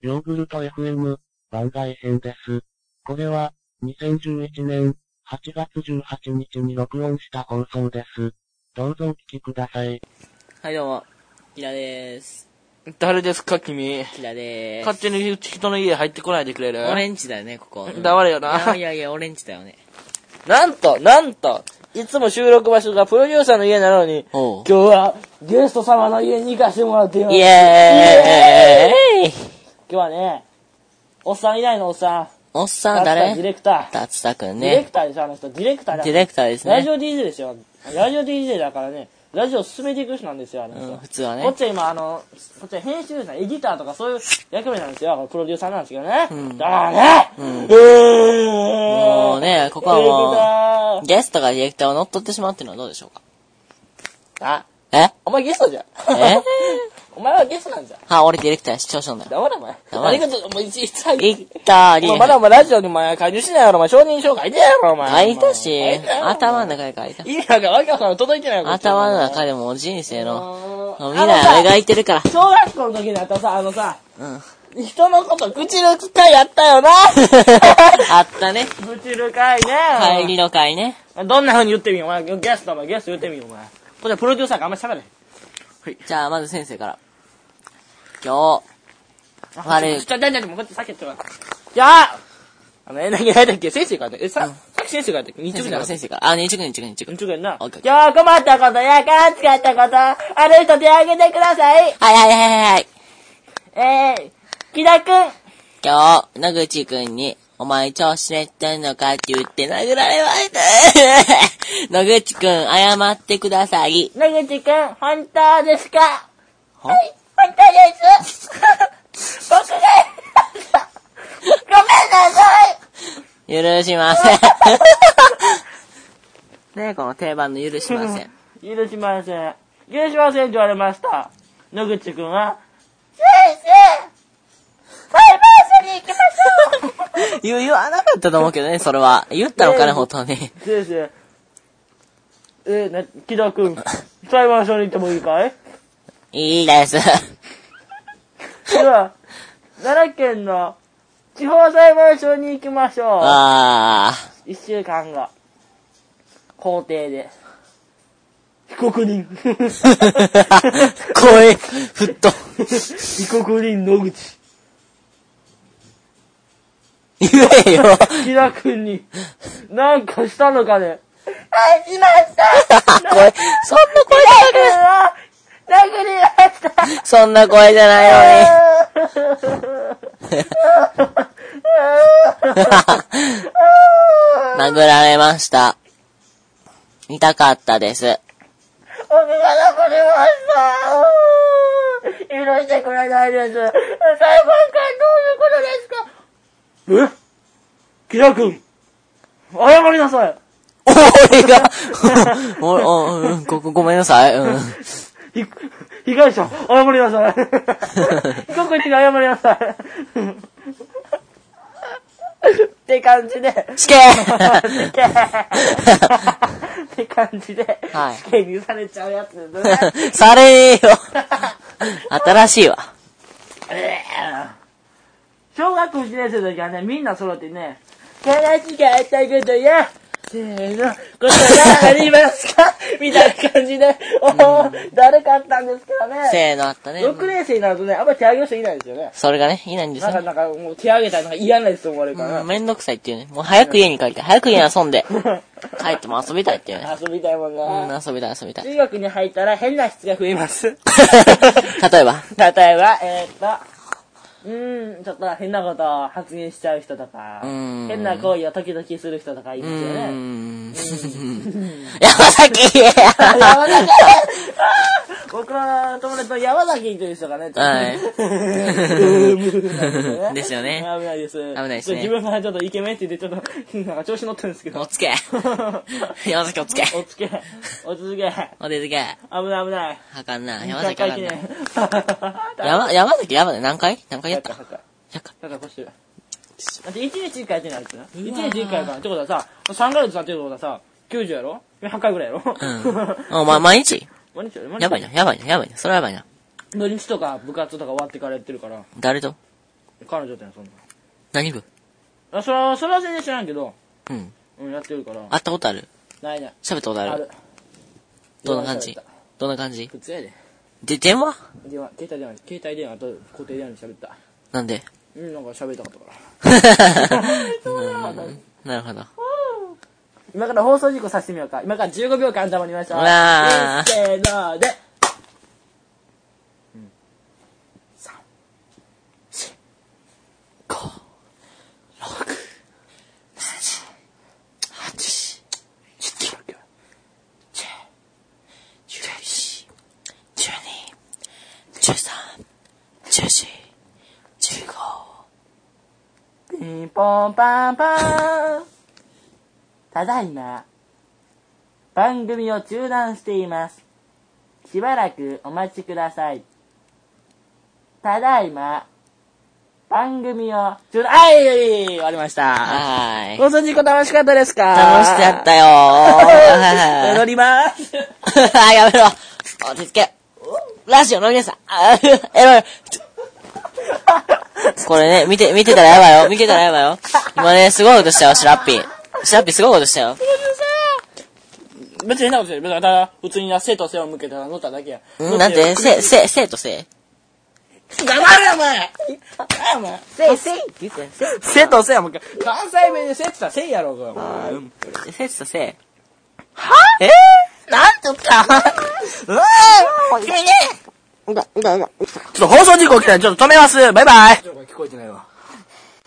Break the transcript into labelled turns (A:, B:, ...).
A: ヨーグルト FM 番外編です。これは2011年8月18日に録音した放送です。どうぞお聞きください。
B: はい、どうも。キラでーす。
C: 誰ですか君
B: キラでー
C: 勝
B: す。
C: 手に人の家入ってこないでくれる
B: オレンジだよね、ここ。うん
C: 黙れよない
B: やいやいや、オレンジだよね。
C: なんとなんといつも収録場所がプロデューサーの家なのに
B: おう
C: 今日はゲスト様の家に行かせてもらっています
B: イ
C: 今
B: エーイ
C: 日はねおっさん以外のおっさん
B: おっさん
C: ラスタディ
B: 誰
C: レクター、
B: 達田くん
C: ディレ
B: ね
C: ク。ターでしょあの人ディレクターだ
B: ディレクターです
C: ラジ
B: ね。
C: オ DJ ですよラジオ DJ だからねラジオを進めていく人なんですよあの人、
B: うん、普通は
C: こっ
B: ね。
C: ちは今あのこっちは編集者エディターとかそういう役目なんですよプロデューサーなんですけどね、だからね、うーん
B: もうね、ここはもう、ゲストがディレクターを乗っ取ってしまうっていうのはどうでしょうか
C: あ、
B: え
C: お前ゲストじゃん。
B: え
C: お前はゲストなんじゃん。
B: は、俺ディレクターや視聴者なんだよ。
C: 黙れお前。
B: 黙
C: あ
B: れ
C: りがとう。もういちいち入って
B: いったー、
C: お
B: リ
C: 前まだお前ラジオにお前加入しないやろ、お前承認書書いてやろ、お
B: 書
C: 前。
B: いたし
C: 書いた、よ
B: 頭の中で書いた。
C: 意味なんかわけわからん届いてないこっちは
B: 頭の中でもう人生の、
C: あ
B: も
C: の
B: う未来を
C: さ
B: 描いてるから。
C: 小学校の時にあったさ、あのさ、
B: うん。
C: 人のこと愚痴る機会やったよな
B: あったね。
C: 愚痴る会
B: 帰
C: ね。
B: りの会ね。
C: どんな風に言ってみよう、お前。ゲスト、お前ゲスト言ってみよう、お前。これプロデューサーがあんまり喋れへん。
B: じゃあ、まず先生から。今日、悪い
C: ちょ、ちょ、ちょ、ちょ、こっち避けてもらって。じゃあ、あの、え、何やったっけ先生からだっけえ、さ、さっき先生からだっけ日
B: 先生
C: 曜
B: か
C: 日だ
B: ら、
C: 先
B: 先生から。あ、日塾日塾日
C: 生。
B: 塾。
C: 日曜日な。
B: オッケー
C: 今日困ったことや勘違ったこと、ある人手を挙げてください。
B: はいはいはいはいはい。
C: えー、木田くん。
B: 今日、野口くんに、お前調子でってんのかって言って殴られました。 野口くん、謝ってください。
C: 野口くん、本当ですか
B: は
C: はい、本当です。 僕が、ごめんなさい。
B: 許しま せん。ねこの定番の許しません。
C: 許しません。許しませんって言われました。野口く んは、
B: 言う、言わなかったと思うけどね、それは。言ったのかな、本当に。
C: 先生、えー、な、木田くん、裁判所に行ってもいいかい
B: いいです。
C: では、奈良県の地方裁判所に行きましょ
B: あ ー。
C: う。一週間が、法廷で。被告人。
B: 声、ふっと。
C: 被告人野口。
B: 言えよ。
C: 木田くんに、なんかしたのかね
B: 声、そんな声じゃな
C: 殴りました
B: い。そんな声じゃないのに。殴られました。痛かったです。
C: 僕が殴りました許してくれないです裁判官どういうことですかえ木田君謝りなさい
B: 俺が、 お、お、うんご、ごめんなさい。うん。
C: ひ被害者、謝りな さい被告人が謝りなさいって感 じで
B: 死刑
C: って感じで、
B: はい
C: 試験にされちゃうやつですね。
B: されよ。新しいわ。
C: 小学校1年生の時はね、みんな揃ってね、話があったことや、せーの、ことがありますかみたいな感じで、おー、だるかったんですけどね。
B: せーのあったね。
C: 6年生になるとね、あんまり手上げる人いないですよね。
B: それがね、いないんです
C: なん
B: よ
C: か、
B: ね。
C: なんか、もう手上げたらなんか嫌なやつと思われるから
B: うん
C: な。
B: めんどくさいっていうね。もう早く家に帰りたい。早く家に遊んで。帰っても遊びたいって いうね。
C: 遊びたいもん
B: う
C: な。
B: ん、遊びたい遊び たい。
C: 中学に入ったら変な質が増えます。
B: 例えば。
C: 例えば、えー、っと、うーん、ちょっと変なことを発言しちゃう人とか、
B: うーん
C: 変な行為を時々する人とかいま
B: う
C: すよ
B: ー
C: ね。
B: ん。山崎
C: 山崎僕の友達の山崎という人がね、
B: はい。
C: い
B: ですよね
C: 危ないです。危
B: ないですね
C: 自分がちょっとイケメンって言って、ちょっと、なんか調子乗ってるんですけ
B: お
C: ど。
B: つけ。 山崎お つけ。
C: おつけ、おつけ、
B: お出つけ。
C: 危ない危ない。
B: あかんな。山崎あ
C: 100
B: かんな。
C: 回
B: 山、山崎やばい。何回何回やった
C: 100回。100回腰。だって1日1回やってないやつな。1日1回やから。ってことはさ、3ヶ月経ってるってことはさ、90やろ ?8 回ぐらいやろ
B: うん。お前、毎日
C: 毎日やろ
B: やばいな、やばいな、やばいな。それはやばいな。
C: 土日とか部活とか終わってからやってるから。
B: 誰と
C: 彼女ってのはそんな
B: 何部
C: あそれはそれは全然知らんけど
B: うん。
C: うんやってるから
B: 会ったことある
C: ないない
B: 喋ったことあるどんな感じ
C: 電話喋っ
B: どんな感じ
C: た普通やで
B: で、電話
C: 電話携帯電話携帯電話と固定電話で喋った
B: なんで
C: うんなんか喋りたかったから
B: うんなるほど。
C: 今から放送事故させてみようか今から15秒間黙りましょう
B: うわー
C: せーのでピンポンパンパンただいま番組を中断していますしばらくお待ちくださいただいま番組を中断はい終わりました
B: はーい。
C: 放送事故楽しかったですか
B: 楽しかったよ ー。
C: 戻ります
B: あ、やめろ。お、手つけ。ラジオの皆さん。 あ、やばい。ちょこれね、見て、見てたらやばいよ。見てたらやばいよ。今ね、すごいことしたよ、シラッピー。シラッピーすごいことしたよ。
C: 別に変なことして別にただ普通に背と背を向けて乗っただけや
B: んなんて、せ、せ、せとせ。
C: 黙れお前黙れお前
B: せ、せ言って、せ、
C: せとせやもう一回関西弁でせって言ったらせいやろうがうん
B: せとせ。
C: は
B: えー
C: なんとかうわぁ君ね
B: うだ、うだ、うだ。
C: ちょっと放送事故起きたらちょっと止めますバイバイ聞こえてないわ。